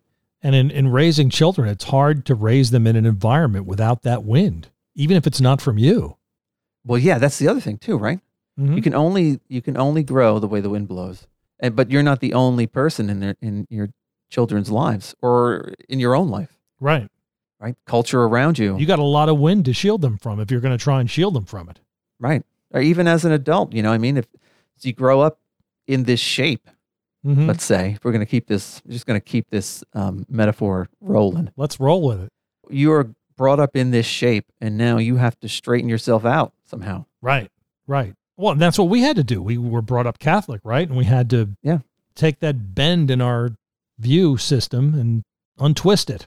And in, in raising children, it's hard to raise them in an environment without that wind, even if it's not from you.
Well, yeah, that's the other thing too, right?
Mhm.
You can only you can only grow the way the wind blows, and but you're not the only person in their in your children's lives or in your own life,
Right.
right? Culture around you,
You got a lot of wind to shield them from if you're going to try and shield them from it.
right? Or even as an adult, you know, what I mean, if you grow up in this shape
Mm-hmm.
let's say we're going to keep this we're just going to keep this um, metaphor rolling
Let's roll with it.
you are brought up in this shape and now you have to straighten yourself out somehow
Right. Right. Well, and that's what we had to do. We were brought up Catholic, right? And we had to
Yeah.
take that bend in our view system and untwist it.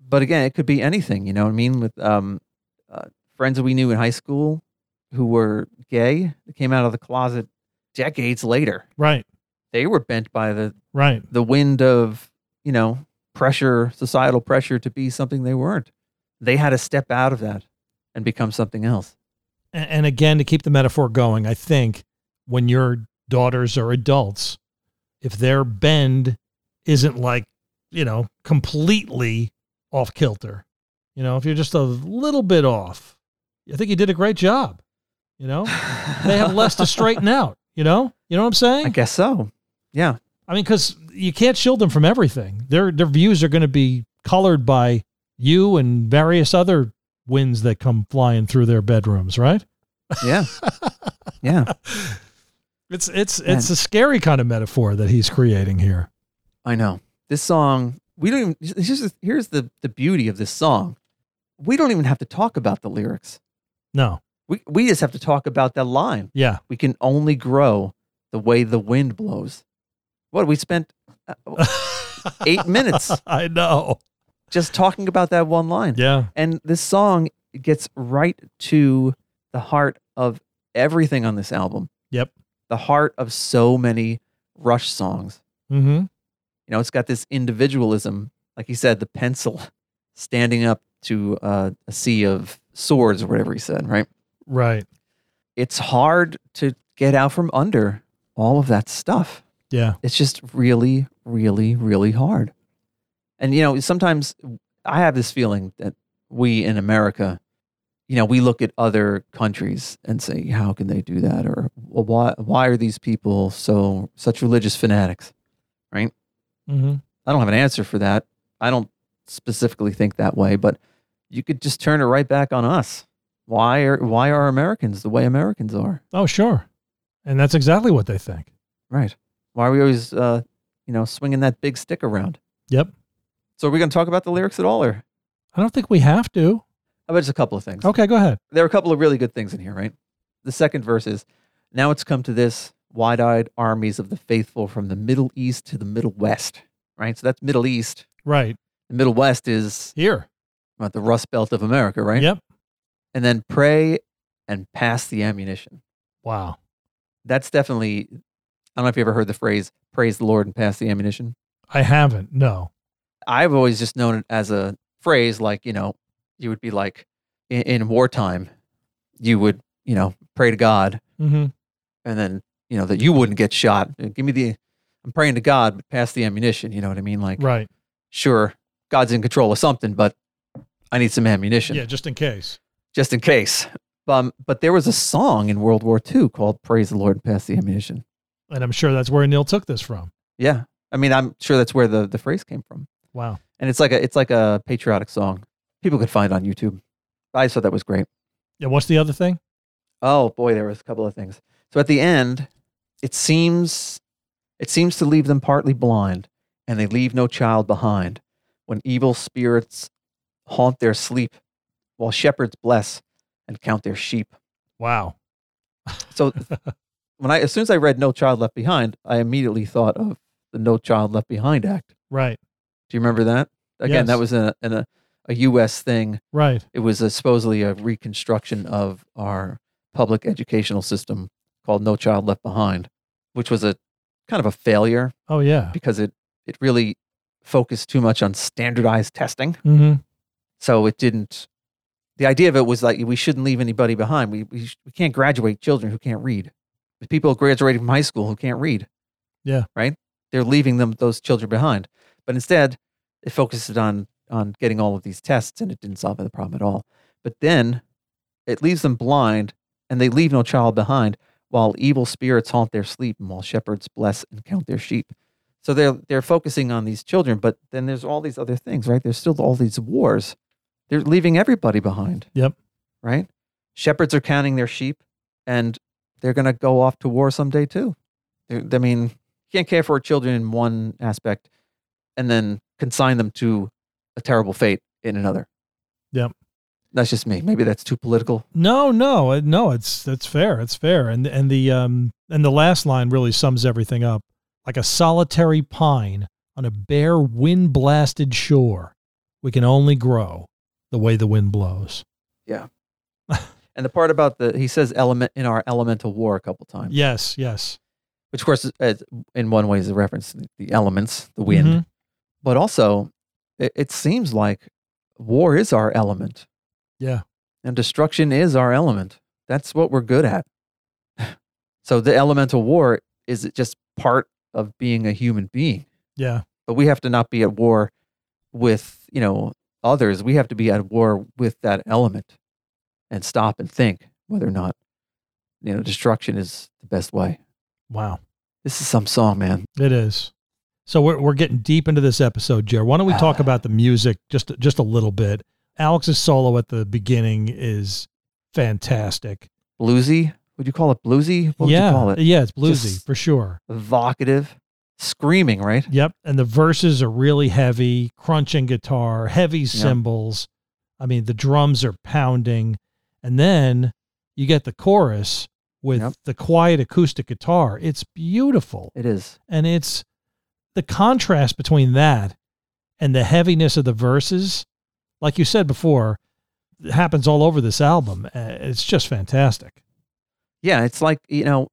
but again it could be anything you know what i mean with um, uh, friends that we knew in high school who were gay that came out of the closet decades later
Right.
they were bent by the
Right.
the wind of you know pressure societal pressure to be something they weren't they had to step out of that and become something else
And, and again, to keep the metaphor going, I think when your daughters are adults, if their bend isn't like, you know, completely off kilter, you know, if you're just a little bit off, I think you did a great job. You know, they have less to straighten out, you know? You know what I'm saying?
i guess so yeah
I mean, because you can't shield them from everything. Their their views are going to be colored by you and various other winds that come flying through their bedrooms, right?
Yeah. yeah.
It's it's it's a scary kind of metaphor that he's creating here.
I know. This song, we don't even, here's, the- here's the, the beauty of this song. We don't even have to talk about the lyrics.
No.
We, we just have to talk about that line.
Yeah.
We can only grow the way the wind blows. What, we spent uh, eight minutes
I know.
just talking about that one line.
Yeah.
And this song gets right to the heart of everything on this album.
Yep.
The heart of so many Rush songs.
Mm-hmm.
You know, it's got this individualism. Like he said, the pencil standing up to uh, a sea of swords or whatever he said, right?
Right.
It's hard to get out from under all of that stuff.
Yeah.
It's just really, really, really hard. And, you know, sometimes I have this feeling that we in America, you know, we look at other countries and say, how can they do that? Or well, why, why are these people so such religious fanatics?
Mm-hmm.
I don't have an answer for that. I don't specifically think that way, but you could just turn it right back on us. Why are why are Americans the way Americans are?
Oh, sure. And that's exactly what they think.
Right. Why are we always uh, you know, swinging that big stick around?
Yep.
So are we going to talk about the lyrics at all or
I don't think we have to.
how about just a couple of things?
Okay, go ahead.
There are a couple of really good things in here, right? The second verse is now it's come to this wide eyed armies of the faithful from the Middle East to the Middle West, right? So that's Middle East.
Right.
The Middle West is
Here.
uh, the Rust Belt of America, right?
Yep.
And then pray and pass the ammunition.
Wow.
That's definitely, I don't know if you ever heard the phrase, praise the Lord and pass the ammunition.
I haven't. No.
I've always just known it as a phrase like, you know, you would be like in, in wartime, you would, you know, pray to God
Mm-hmm.
and then you know that you wouldn't get shot. Uh, Give me the, I'm praying to God, but pass the ammunition. You know what I mean? Like,
Right.
sure, God's in control of something, but I need some ammunition
Yeah, just in case.
just in case. Um, but there was a song in World War II called "Praise the Lord and Pass the Ammunition."
And I'm sure that's where Neil took this from.
Yeah, I mean, I'm sure that's where the the phrase came from,
Wow.
and it's like a it's like a patriotic song. People could find it on YouTube. I just thought that was great.
Yeah, what's the other thing?
Oh boy, there was a couple of things. So at the end, it seems it seems to leave them partly blind, and they leave no child behind. When evil spirits haunt their sleep, while shepherds bless and count their sheep.
Wow.
So when I as soon as I read No Child Left Behind, I immediately thought of the No Child Left Behind Act.
Right.
Do you remember that? Again, that
Yes.
was in a, in a, a US thing.
Right.
It was a, supposedly a reconstruction of our public educational system called No Child Left Behind, which was a kind of a failure
Oh yeah.
because it, it really focused too much on standardized testing.
Mm-hmm.
So it didn't, the idea of it was like we shouldn't leave anybody behind. We, we, sh- we can't graduate children who can't read. The people graduating from high school who can't read.
Yeah.
Right? They're leaving them, those children behind. But instead, it focuses on, on getting all of these tests and it didn't solve the problem at all. But then it leaves them blind and they leave no child behind while evil spirits haunt their sleep and while shepherds bless and count their sheep. So they're, they're focusing on these children, but then there's all these other things, right? There's still all these wars they're leaving everybody behind.
Yep.
Right? Shepherds are counting their sheep and they're going to go off to war someday too. They're, I mean, you can't care for children in one aspect and then consign them to a terrible fate in another.
Yep.
That's just me. Maybe that's too political.
No, no, uh, no. It's that's fair. It's fair. And and the um and the last line really sums everything up. Like a solitary pine on a bare wind blasted shore, we can only grow the way the wind blows.
And the part about the, he says element in our elemental war a couple times,
Yes, yes.
which of course is, is- in one way is a reference to the elements, the wind,
Mhm.
but also it, it seems like war is our element.
Yeah.
And destruction is our element. That's what we're good at. so the elemental war is just part of being a human being.
Yeah.
But we have to not be at war with, you know, others. We have to be at war with that element and stop and think whether or not, you know, destruction is the best way.
Wow.
This is some song, man.
It is. So we're we're getting deep into this episode, Jer. Why don't we talk
Ah.
about the music just just a little bit? Alex's solo at the beginning is fantastic.
Bluesy, Would you call it bluesy? What would
yeah,
you call it?
yeah, it's bluesy
Just-
for sure.
Evocative, screaming, right?
Yep, and the verses are really heavy, crunching guitar, heavy cymbals. I mean, the drums are pounding, and then you get the chorus with
Yep.
the quiet acoustic guitar. It's beautiful.
It is.
And it's the contrast between that and the heaviness of the verses, like you said before, it happens all over this album. Uh, It's just fantastic.
Yeah, it's like you know,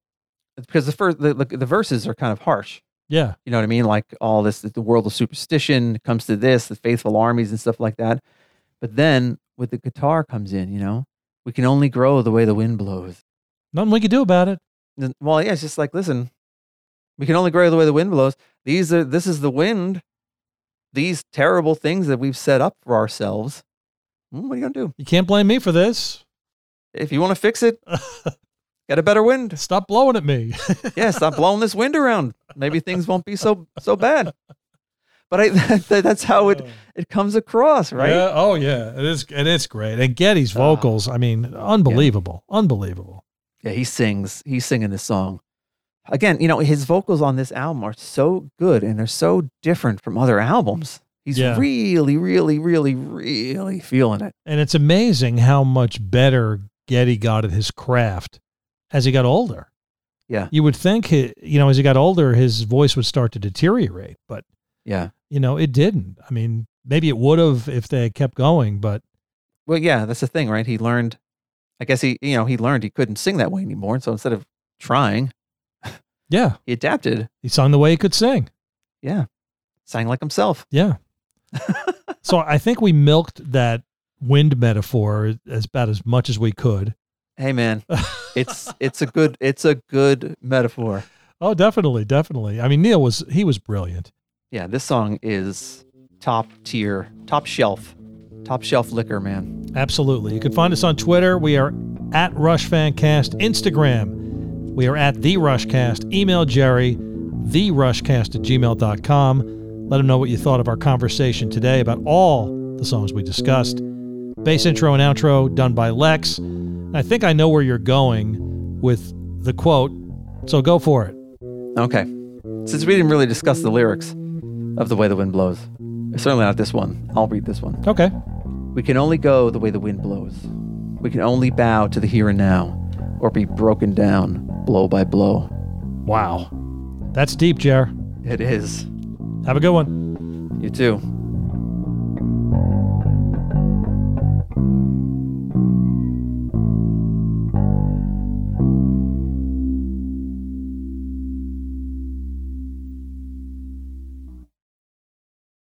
because the first the, the, the verses are kind of harsh.
Yeah.
You know what I mean? Like all this, the world of superstition comes to this, the faithful armies and stuff like that. But then with the guitar comes in, you know, we can only grow the way the wind blows.
Nothing we can do about it.
Then- Well, yeah, it's just like listen, we can only grow the way the wind blows. These are this is the wind. These terrible things that we've set up for ourselves. Mm, What are you gonna do?
You can't blame me for this.
If you want to fix it, get a better wind.
Stop blowing at me.
yeah, stop blowing this wind around. Maybe things won't be so so bad. But I that, that's how
Oh.
it it comes across, right?
Yeah. Oh, yeah. It is. And it's great. And Getty's
Ah.
vocals, I mean, unbelievable. Unbelievable.
Yeah, he sings. He's singing this song. Again, you know, his vocals on this album are so good and they're so different from other albums. He's
Yeah.
really, really, really, really feeling it.
And it's amazing how much better Getty got at his craft as he got older.
Yeah.
You would think, he, you know, as he got older, his voice would start to deteriorate, but,
Yeah.
you know, it didn't. I mean, maybe it would have if they had kept going, but
Well, yeah, that's the thing, right? He learned I guess he you know, he learned he couldn't sing that way anymore. And so instead of trying,
yeah,
he adapted.
he sung the way he could sing.
Yeah. Sang like himself.
Yeah. so I think we milked that wind metaphor as about as much as we could.
Hey man, it's it's a good it's a good metaphor.
Oh, definitely, definitely. I mean, Neil was he was brilliant.
Yeah, this song is top tier, top shelf, top shelf liquor, man.
Absolutely. You can find us on Twitter. We are at RushFanCast. Instagram, we are at The Rushcast. Email Jerry, TheRushcast at gmail.com. Let him know what you thought of our conversation today about all the songs we discussed. Bass intro and outro done by Lex. And I think I know where you're going with the quote, so go for it.
Okay. Since we didn't really discuss the lyrics of The Way the Wind Blows, certainly not this one. I'll read this one.
Okay.
We can only go the way the wind blows. We can only bow to the here and now or be broken down blow by blow.
Wow. That's deep, Jer.
It is.
Have a good one.
You too.